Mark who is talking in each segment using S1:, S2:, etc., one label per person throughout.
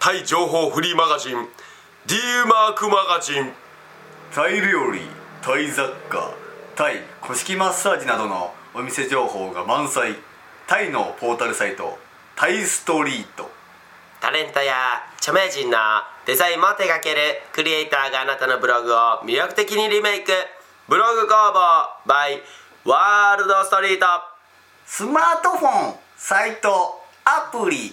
S1: タイ情報フリーマガジン D マークマガジン
S2: タイ料理タイ雑貨タイ古式マッサージなどのお店情報が満載タイのポータルサイトタイストリート
S1: タレントや著名人のデザインも手掛けるクリエイターがあなたのブログを魅力的にリメイクブログ工房 by ワールドストリート
S2: スマートフォンサイトアプリ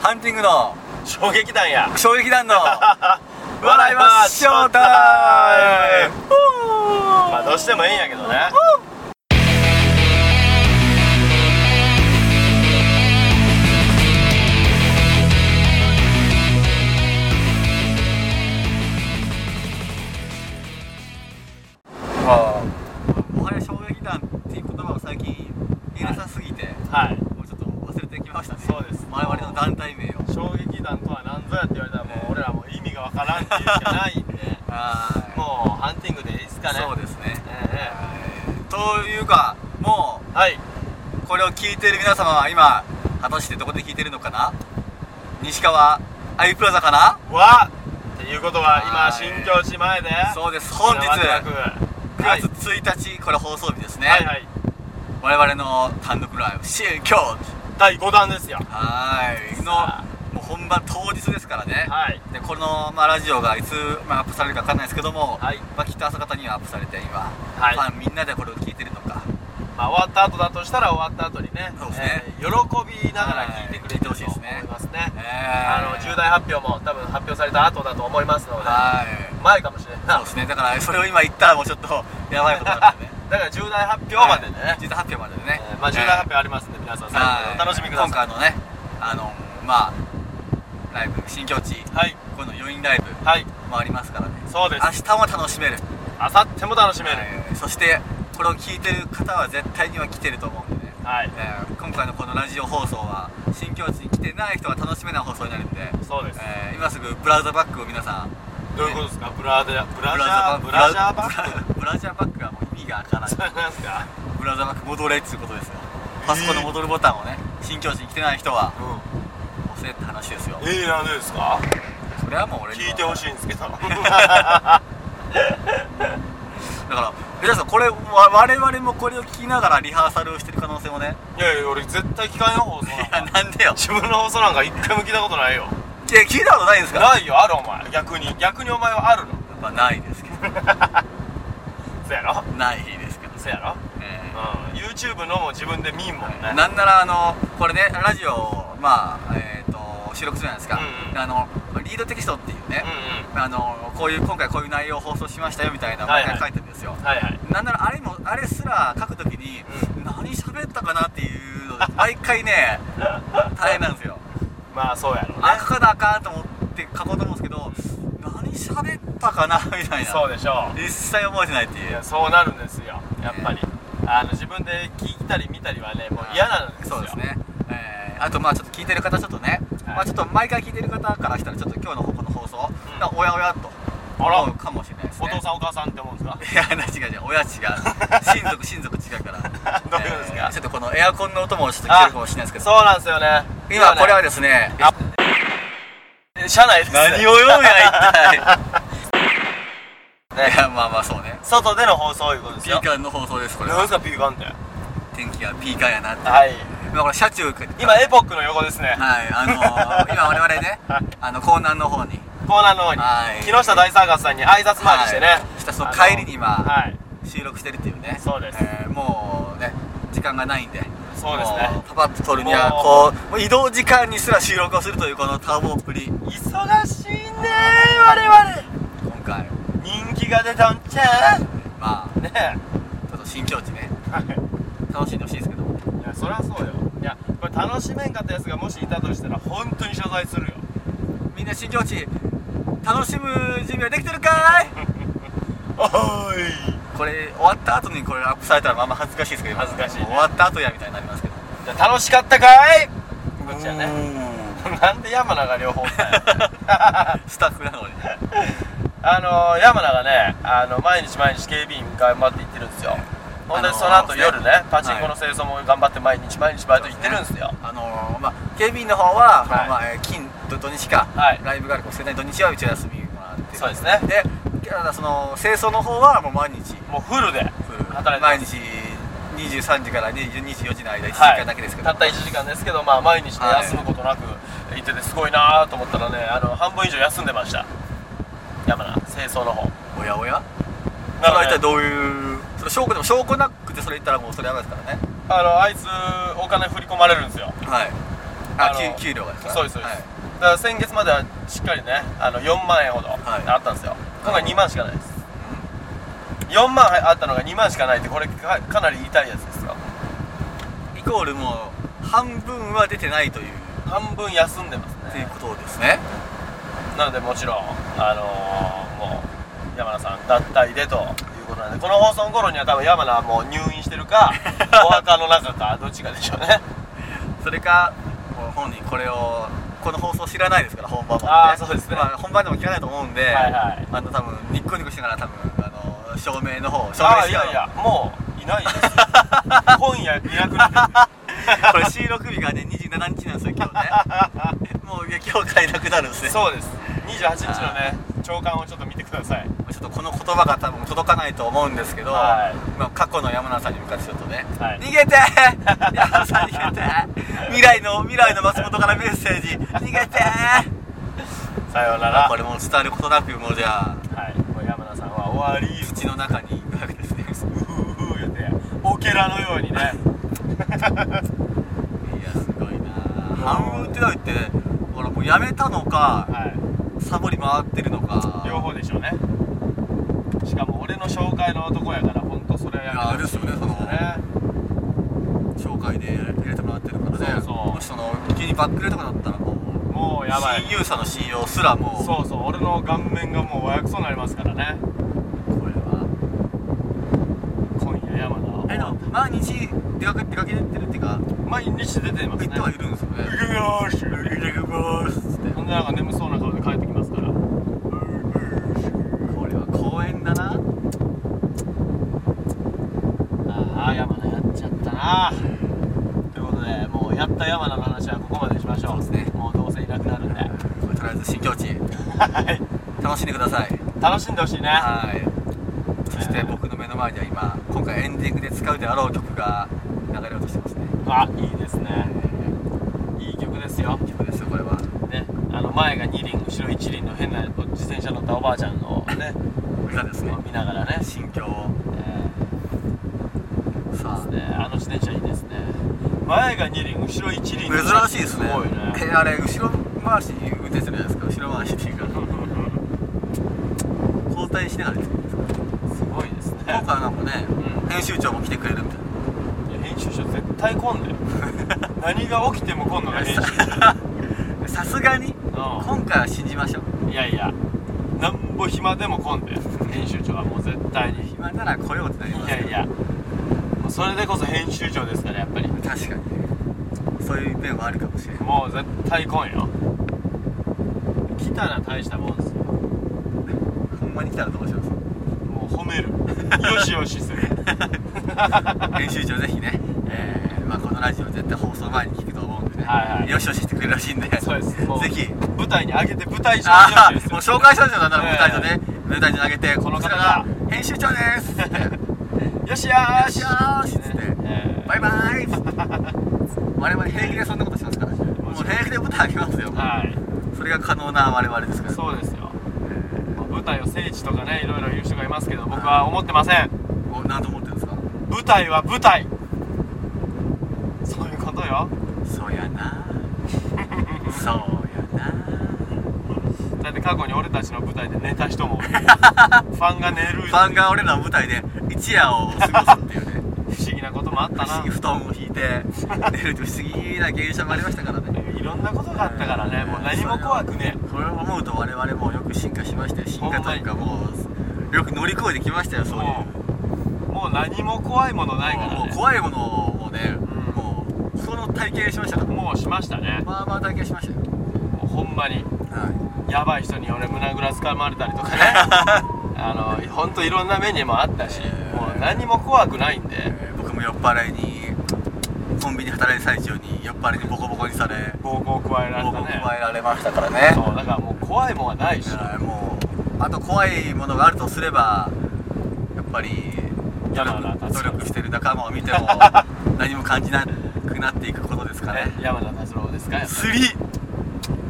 S3: ハンティングの
S1: 衝撃弾や
S3: 衝 撃弾の
S1: 笑いましょうタイムまあどうしてもいいんやけどね
S3: もはや衝撃弾っていう言葉を最近言えなさすぎて、
S4: はい、
S3: もうちょっと忘れてきましたね
S4: そうです
S3: 我々の団体名を
S4: 衝撃弾とは何ぞやって言われたらもう俺らもう意味がわからんっていうしかないんで
S3: は
S4: もうハンティングでいいですかね
S3: そうですね
S4: え
S3: というかも
S4: えはい、
S3: うこれを聞いている皆様は今果たしてどこで聞いてるのかな西川アイプラザかな
S4: わっていうことは
S3: は
S4: 今
S3: い
S4: 新境地前で
S3: そうです本日
S4: ワクワクはい
S3: 9月1日これ放送日ですね、
S4: はいはい
S3: 我々の単独ライブ「新京都
S4: 第5弾ですよ」
S3: はいの
S4: さあ
S3: もう本番当日ですからね、
S4: はい
S3: でこの、まあ、ラジオがいつ、まあ、アップされるかわかんないですけども、
S4: はい
S3: まあ、きっと朝方にはアップされて今、
S4: はい
S3: ファンみんなでこれを聞いてる のか
S4: まあ、終わった後だとしたら終わった後にね
S3: そうですね
S4: えー喜びながら聞いてくれてほしいと思いますね,、あの重大発表も多分発表された後だと思いますので
S3: はい
S4: 前かもしれ
S3: そ
S4: な
S3: う
S4: い
S3: ですねだからそれを今言ったらもうちょっとやばいことになるんで ね
S4: だから重大発表までね、
S3: はい重大発表までね、
S4: えーまあ重大発表ありますんで皆さん最後までお楽しみください
S3: はい今回のねあのまあライブ新境地
S4: はい
S3: この余韻ライブ
S4: はい
S3: もありますからね
S4: そうです
S3: 明日も楽しめる、
S4: あさっても楽しめる
S3: はいそしてこれを聞いてる方は絶対には来てると思うんでね、
S4: はい
S3: えー今回のこのラジオ放送は新境地に来てない人は楽しめない放送になるんで、
S4: そうです
S3: えー今すぐブラウザバックを皆さん
S4: どういうことですかブラジャーブラジャーブ
S3: ブ
S4: ラ
S3: ラ
S4: ジ
S3: ジ
S4: ャ
S3: ャ
S4: ー
S3: ー
S4: バ
S3: バ
S4: ッ
S3: ッ
S4: グ
S3: クブラジャーバックはもう意味がわからない
S4: それ なんですか
S3: ブラウザバック戻れっつうことですよパソコンの戻るボタンをね新境地に来てない人は
S4: う
S3: 押せって話ですよ
S4: んえー、なんでですか
S3: それはもう俺には
S4: 聞いてほ しいんですけど
S3: だから皆さんこれわ我々もこれを聞きながらリハーサルをしてる可能性もね
S4: いやいや俺絶対聞かんよ放送
S3: い
S4: なん
S3: や
S4: か
S3: なんでよ
S4: 自分の放送なんか一回も聞いたことないよ
S3: いや聞いたことないんですか
S4: ないよあるお前逆に逆にお前はあるの
S3: まあないです けど
S4: そやろ
S3: ないですけど、
S4: そやろ
S3: え
S4: うん YouTube のも自分で見んもんね
S3: ーなんならあのこれねラジオをまあえっ、と収録するじゃないですか、
S4: うんうん
S3: であのリードテキストっていうね
S4: うん、う
S3: あのこういう今回こういう内容を放送しましたよみたいな
S4: はい
S3: 毎
S4: は
S3: 回
S4: い
S3: 書いてるんですよ、
S4: んはいはい
S3: なんならあれもあれすら書くときに、何喋ったかなっていうので毎回 ね大変なんですよ
S4: まあそうやろね
S3: あ書かなあかんと思って書こうと思うんですけど何喋ったかなみたいな
S4: そうでしょう
S3: 一切覚えてないっていう
S4: いやそうなるんですよやっぱりあの自分で聞いたり見たりはねもう嫌なんですよ
S3: そうですね、えーあとまあちょっと聞いてる方ちょっとね、
S4: はい
S3: まあちょっと毎回聞いてる方からしたらちょっと今日のこの放送、
S4: うん
S3: なおやおやと
S4: あら
S3: 思うかもしれないです
S4: お
S3: ね
S4: 父さんお母さんって思うんですか
S3: いや違う違う親違う親族親族違うから
S4: どういうことですか
S3: ーちょっとこのエアコンの音もちょっと聞けるかもしれないですけど
S4: そうなんですよね
S3: 今これは
S4: ね
S3: ですね
S4: あえ車内です
S3: 何を言うんや一体
S4: ね
S3: いやまあまあそうね
S4: 外での放送いうことです
S3: ピ
S4: よ
S3: ーカンの放送ですこれ
S4: 何ですかピーカンって
S3: 天気がピーカーやなって
S4: はい
S3: 今これ車中か
S4: 今エポックの横ですね
S3: はいあのー今我々ねあの江南の方に
S4: コーナーの方に
S3: はい
S4: 木下大サーカスさんに挨拶回りしてね
S3: はいしたその
S4: あの
S3: 帰りに今
S4: はい
S3: 収録してるっていうね
S4: そうです
S3: えーもうね時間がないんで
S4: そうですね
S3: もうパパッと撮るにはこうもう移動時間にすら収録をするというこの多忙っぷり
S4: 忙しいね我
S3: 今回
S4: 々人気が出たんちゃう
S3: まあ
S4: ねえ
S3: ちょっと新境地ね
S4: はい
S3: 楽しんでほしいですけど
S4: いやそりゃそうよいやこれ楽しめんかったやつがもしいたとしたら本当に謝罪するよ
S3: みんな新境地楽しむ準備はできてるかい
S4: おーい
S3: これ終わった後にこれアップされたらまあまあ恥ずかしいですけど今
S4: 恥ずかしいね
S3: 終わった後やみたいになりますけど
S4: じゃあ楽しかったかいこっちはねなんで山名が両方おったんや
S3: スタッフなのに
S4: あのー、山名がねあの毎日毎日警備員頑張って行ってるんですよほんで
S3: あのー
S4: その後夜ねパチンコ
S3: は
S4: の
S3: い
S4: 清掃も頑張って毎日毎日バイト行ってるんですよ
S3: あのー、まあ警備員の方は、
S4: はい
S3: まあえー金土土日か、
S4: はい
S3: ライブがあるかもしれない土日は一応休みもらって
S4: そうですね
S3: でただその清掃の方はもう毎日
S4: もうフルで働いてます
S3: 毎日23時から20 24時の間1時
S4: はい
S3: 間だけですけど、
S4: たった1時間ですけど、まあ、毎日ね
S3: はい
S4: 休むことなく行っててすごいなと思ったらねあの半分以上休んでました山名清掃の方
S3: おやおやそ
S4: な
S3: れは
S4: ので
S3: 一体どういうそれ証拠でも証拠なくてそれ言ったらもうそれやばいですからね
S4: あのあいつお金振り込まれるんですよ
S3: はいあ
S4: あの
S3: 給給料がですか
S4: そうですそうです、
S3: はい
S4: だから先月まではしっかりねあの4万円ほど
S3: はい
S4: あったんですよ、今回2万しかないです、4万あったのが2万しかないってこれかかなり痛いやつですよ
S3: イコールもう半分は出てないという
S4: 半分休んでます
S3: ってい
S4: ね
S3: うことですね
S4: なのでもちろんあのーもう山名さん脱退でということなんでこの放送頃には多分山名はもう入院してる かお墓の中かどっちかでしょうね
S3: それかもう本人これをこの放送知らないですから本番まで
S4: あーそうですね
S3: まあ、本番でも聞かないと思うんで、
S4: はいはい
S3: あの多分ニッコニコしながら多分あの照明の方照明
S4: ああ
S3: し
S4: い
S3: ながら
S4: やいやもういない ですよ今夜いなくなってる
S3: これ収録日がね27日なんですよ今日 ねもういや今日からいなくなるんですね
S4: そうです28日のね朝刊をちょっと見てください
S3: ちょっとこの言葉が多分届かないと思うんですけど、
S4: は
S3: まあ、過去の山名さんに向かってちょっとね、
S4: はい
S3: 逃げて 山名さん逃げて未来の未来の松本からメッセージ逃げて
S4: さようなら
S3: これもう伝わることなくもうじゃあ
S4: はいもう山名さんは終わり
S3: 土の中に行くわけですね
S4: うふうふう言うてオケラのようにね
S3: いやすごいな半分ってだってほらもうやめたのか
S4: はい
S3: サボり回ってるのか
S4: 両方でしょうねしかも俺の紹介の男やから本当それはやめ
S3: いやあれですよねその
S4: ね
S3: 紹介で入れてもらってるからね
S4: そうそう
S3: もしその急にバックレとかだったらもう
S4: もうやばい
S3: 親友さの信用すらもう
S4: そうそう俺の顔面がもう和訳そうになりますからね
S3: これは
S4: 今夜山名は
S3: あれの毎日出かけ出かけてってるっていうか
S4: 毎日出てま
S3: 行
S4: すね
S3: ってはいるんですよね
S4: 行ってます
S3: 行ってきますっつって
S4: ほんでなんか眠そうな顔で帰ってきますから
S3: これは公園だな
S4: ああ山名やっちゃったなということでもうやった山名の話はここまでにしましょう
S3: そうですね
S4: もうどうせいなくなるんで
S3: とりあえず新境地
S4: はい
S3: 楽しんでください
S4: 楽しんでほしいね
S3: はいそして僕の目の前には今今回エンディングで使うであろう曲が流れようとしてますね
S4: あいいですねいい曲ですよ
S3: 曲ですよこれは
S4: ねあの前が2輪後ろ1輪の変なこう自転車乗ったおばあちゃんのね
S3: 歌ですね
S4: を見ながらね、
S3: 心境
S4: え
S3: さ
S4: ーねあの自転車いいですね前が2輪後ろ1輪
S3: あ珍しいですね
S4: すごいね
S3: えあれ後ろ回しに運転するじゃないですか後ろ回しっていうか交代しながらやってるんですか
S4: すごいですね
S3: 今回なんかね、
S4: うん
S3: 編集長も来てくれるみたいない
S4: や編集者絶対混ん でる何が起きても混んのが編 集者
S3: さすがに今回は信じましょう
S4: いやいやなんぼ暇でも混んで編集長はもう絶対に
S3: 今なら来ようってなりま
S4: い
S3: す
S4: やいやもうそれでこそ編集長ですからやっぱり
S3: 確かにねそういう面はあるかもしれない
S4: もう絶対来んよ来たら大したもんですよ
S3: ほんまに来たらどうします
S4: もう褒めるよしよしする
S3: 編集長ぜひね、えーまあ、このラジオ絶対放送前に聞くと思うんでね、
S4: はいはい
S3: よしよししてくれるらしいんで
S4: そうですもう
S3: ぜひ
S4: 舞台に上げて舞台上に
S3: あ
S4: よしよし
S3: あ
S4: す
S3: もう
S4: る
S3: 紹介したんですよなんなら
S4: ええ
S3: 舞台上ね、舞台上上げてこの方が
S4: こ
S3: 編集長です
S4: よしよーし
S3: よしよーしっつって
S4: ねえー
S3: バイバ我々平気でそんなことしますからもう平気で豚あげますよ
S4: はい
S3: それが可能な我々ですから
S4: そうですよ、まあ舞台を聖地とかねいろいろ言う人がいますけど僕は思ってません
S3: お何と思ってるんですか
S4: 舞台は舞台そういうことよ
S3: そうや なそうやな
S4: だって過去に俺たちの舞台で寝た 人もファンが寝る
S3: ファンが俺らの舞台で一夜を過ごすっていう ね
S4: 不思議なこともあった
S3: 不思
S4: な
S3: 議布団を引いて寝ると不思議な現象もありましたからね
S4: いろんなことがあったからねもう何も怖くね
S3: これを思うと我々もよく進化しましたよ進化というかもうよく乗り越えてきましたよそういう
S4: もうもう何も怖いものないか
S3: も
S4: ら
S3: う
S4: ね
S3: 怖いものをね、
S4: ん
S3: もうその体験しましたから
S4: もうしましたね
S3: まあまあ体験しましたよ
S4: もうほんまに
S3: はい
S4: やばい人に俺胸ぐらつかまれたりとかねあのほんといろんな目にもあったしもう何も怖くないんで
S3: えー僕も酔っ払いにコンビニ働いてる最中に酔っ払いにボコボコにされ
S4: 暴行を加えられ
S3: ボコ
S4: た
S3: ボコ
S4: ね
S3: 加えられましたからね
S4: そうだからもう怖いもんはないし
S3: だからもうあと怖いものがあるとすればやっぱり努
S4: 山田
S3: 力
S4: 達
S3: 努
S4: 郎
S3: 力してる仲間を見ても 何も感じなくなっていくことですかね
S4: ね山田達郎ですかやっぱり
S3: 3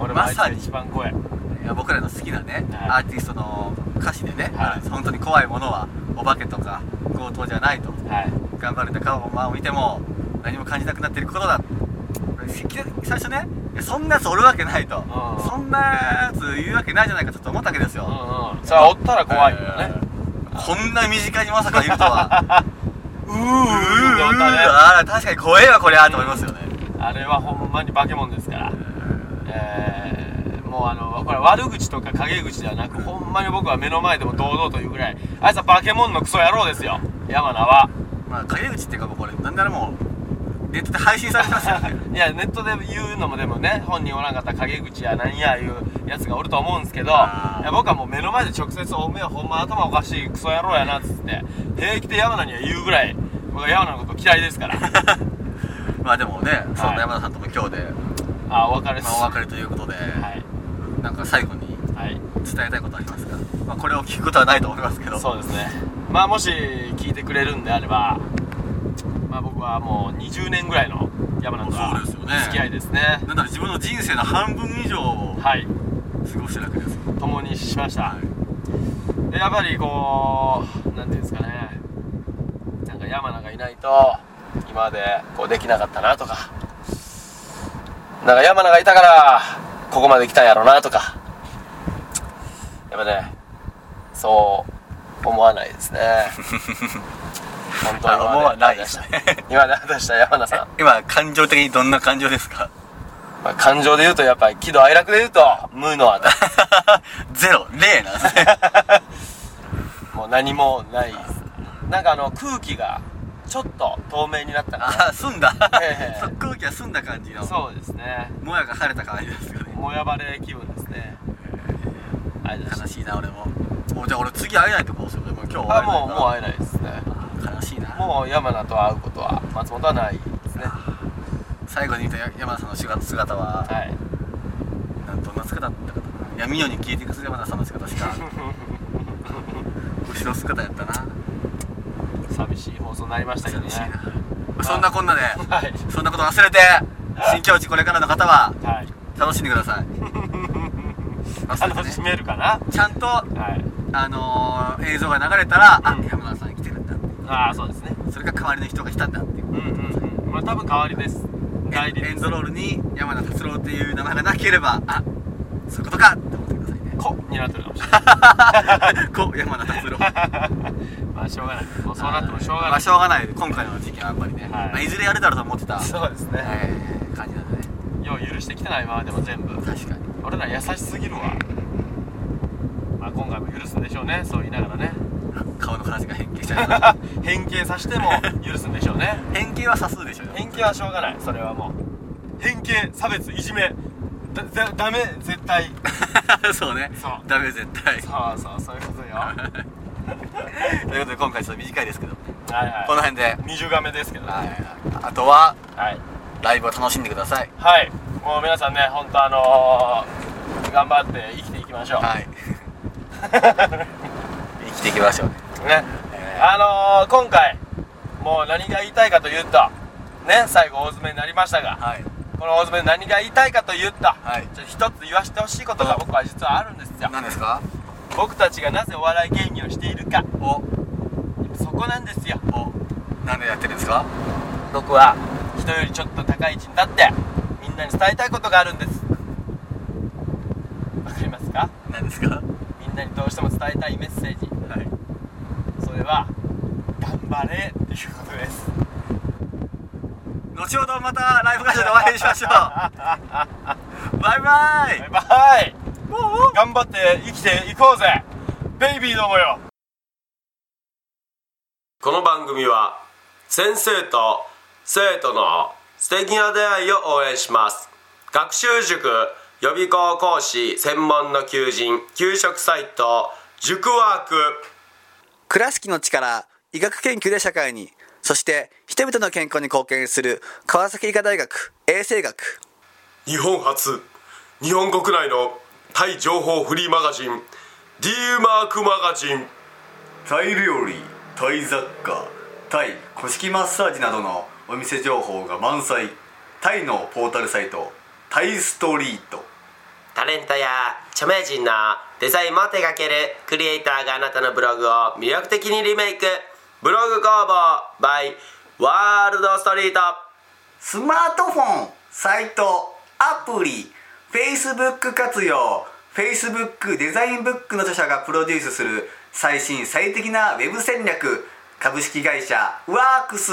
S4: 俺も
S3: ま
S4: あいつ
S3: さ
S4: が
S3: に
S4: 一番怖い
S3: いや僕らの好きなね、
S4: はい
S3: アーティストの歌詞でね、
S4: はい
S3: 本当に怖いものはお化けとか強盗じゃないと
S4: はい
S3: 頑張る仲間を見ても何も感じなくなっていることだ最初ねいやそんなやつおるわけないと
S4: ん
S3: そんなやつ言うわけないじゃないかちょっと思ったわけですよ、
S4: うんうんそれはおったら怖いよね
S3: こんな身近にまさかいると はうーうーう
S4: う
S3: ー
S4: ー
S3: あら確かに怖えわこりゃと思いますよね
S4: あれはほんまに化け物ですから、えー、もうあのこれ悪口とか陰口ではなくほんまに僕は目の前でも堂々と言うぐらいあいつは化け物のクソ野郎ですよ山名は
S3: まあ陰口っていうかもうこれなんならもうネットで配信されてますよね
S4: いやネットで言うのもでもね本人おらんかったら陰口やなんやいうやつがおると思うんですけどい
S3: あー
S4: や僕はもう目の前で直接「おめえほんま頭おかしいクソ野郎やな」っつって平気で山名には言うぐらい僕は山名のこと嫌いですから
S3: まあでもねそん
S4: はい
S3: な山田さんとも今日で、
S4: あーお別れです
S3: まあ、お別れということで、
S4: はい
S3: なんか最後に
S4: はい
S3: 伝えたいことありますか、まあ、これを聞くことはないと思いますけど
S4: そうですねまあもし聞いてくれるんであればまあ僕はもう20年ぐらいの山名とは
S3: そうですよね
S4: 付き合いですね
S3: なんだろう自分の人生の半分以上を
S4: はい
S3: 過ごしてるわけですよ
S4: 共にしました
S3: は
S4: でやっぱりこうなんていうんですかねなんか山名がいないと今までこうできなかったなとかなんか山名がいたからここまで来たんやろなとかやっぱねそう思わないです ね本当に
S3: あ思わないですね
S4: 今まで果たした山名さん、
S3: 今感情的にどんな感情ですか
S4: まあ、感情で言うとやっぱり喜怒哀楽で言うと無のあたり
S3: ゼロ零なんですね
S4: もう何もないですなんかあの空気がちょっと透明になったか
S3: ああ澄ん だ、
S4: ええ
S3: そ空気が澄んだ感じの
S4: らそうですね
S3: もやが晴れた感じですよね
S4: もやバレ気分ですねあれだし
S3: 悲しいな俺ももうじゃあ俺次会えないとこうするもう今日
S4: あもうもう
S3: う
S4: 会えないですね
S3: 悲しいな
S4: もう山名と会うことは松本はないですね
S3: 最後に見た山田さんの姿姿は、
S4: はい
S3: なんどんな姿だったかな闇夜に消えていく山田 さんの姿しか後ろ姿やったな
S4: 寂しい放送になりましたけどね
S3: 寂しいなそんなこんなで
S4: はい
S3: そんなこと忘れて新境地これからの方は
S4: はい
S3: 楽しんでくだ さい忘れ
S4: 楽して
S3: ね
S4: めるかな
S3: ちゃんと
S4: はい
S3: あのー映像が流れたら、
S4: うん
S3: あ山田さん来てるんだ
S4: ああそうですね
S3: それが代わりの人が来たんだっていう
S4: うんうんうんまあ多分代わりです代理
S3: エ
S4: で
S3: ン
S4: す
S3: ドロールに山田達郎っていう名前がなければあそういうことかって思ってくださいね
S4: 子になってるかもしれない
S3: こ山田達郎
S4: まあしょうがないもう そうなってもしょうが
S3: ま
S4: な
S3: あ
S4: い
S3: しょうがない今回の事件はやっぱりね、
S4: い
S3: まあ、いずれやるだろうと思ってた、
S4: そうですね
S3: えー感じなんでね
S4: よう許してきてない今までも全部
S3: 確かに
S4: 俺ら優しすぎるわまあ今回も許すんでしょうねそう言いながらね
S3: 顔の話が変形しちゃいました
S4: 変形させ ても許すんでしょうね
S3: 変形は差数でしょうよ
S4: 変形はしょうがないそれはもう変形差別いじめだだダメ絶対
S3: そうね
S4: そう
S3: ダメ絶対
S4: そうそうそういうこ とよはい
S3: ということで今回ちょっと短いですけど、
S4: はい
S3: この辺で、
S4: 二重亀ですけどねはい
S3: あとは
S4: はい、
S3: ライブを楽しんでください
S4: もう皆さんね本当あのー、頑張って生きていきましょう、
S3: はい 生きていきましょうね
S4: ね、あのー、今回もう何が言いたいかというとね最後大詰めになりましたが、
S3: はい
S4: この大詰めで何が言いたいかと言った、
S3: はい
S4: ちょっと一つ言わせてほしいことが僕は実はあるんですよ
S3: 何ですか
S4: 僕たちがなぜお笑い芸人をしているか
S3: お
S4: そこなんですよ
S3: お何でやってるんですか
S4: 僕は人よりちょっと高い位置に立ってみんなに伝えたいことがあるんですわかりますか
S3: 何ですか
S4: みんなにどうしても伝えたいメッセージ
S3: はい
S4: それは頑張れっていうことです
S3: 後ほどまたライブ会場でお会いしましょうバイバイ
S4: バイバイ頑張って生きていこうぜベイビーどもよ
S1: この番組は先生と生徒の素敵な出会いを応援します学習塾予備校講師専門の求人給食サイト塾ワーク
S5: 倉敷の力医学研究で社会にそして人々の健康に貢献する川崎医科大学衛生学
S1: 日本初日本国内のタイ情報フリーマガジン D マークマガジン
S3: タイ料理タイ雑貨タイ古式マッサージなどのお店情報が満載タイのポータルサイトタイストリート
S1: タレントや著名人のデザインも手掛けるクリエイターがあなたのブログを魅力的にリメイクブログ工房 by ワールドストリート
S3: スマートフォンサイトアプリ Facebook 活用 Facebook デザインブックの著者がプロデュースする最新最適なウェブ戦略株式会社ワークス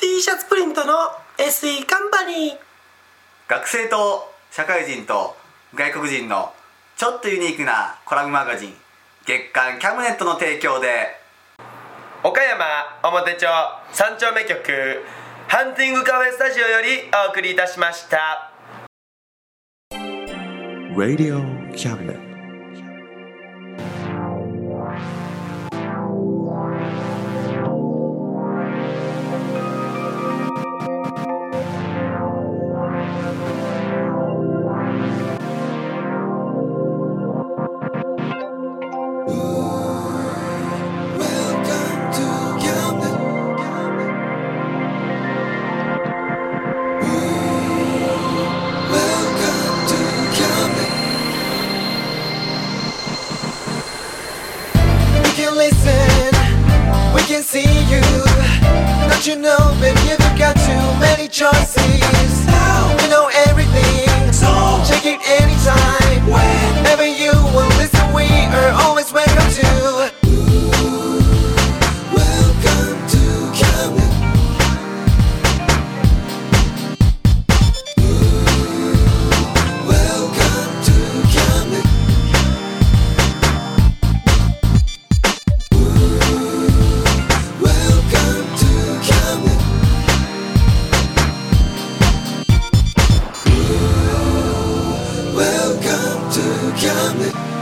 S1: T シャツプリントの SE カンパニー
S3: 学生と社会人と外国人のちょっとユニークなコラムマガジン月刊キャムネットの提供で
S1: 岡山表町三丁目局ハンティングカフェスタジオよりお送りいたしました
S2: Radio Cabinet.
S6: We can listen, we can see you. Don't you know, baby, you've got too many choices. Now we know everything, so check it anytime. Whenever you will listen, we are always welcome to. Welcome to Camden. Welcome to Camden. Welcome to Camden. Welcome to Camden.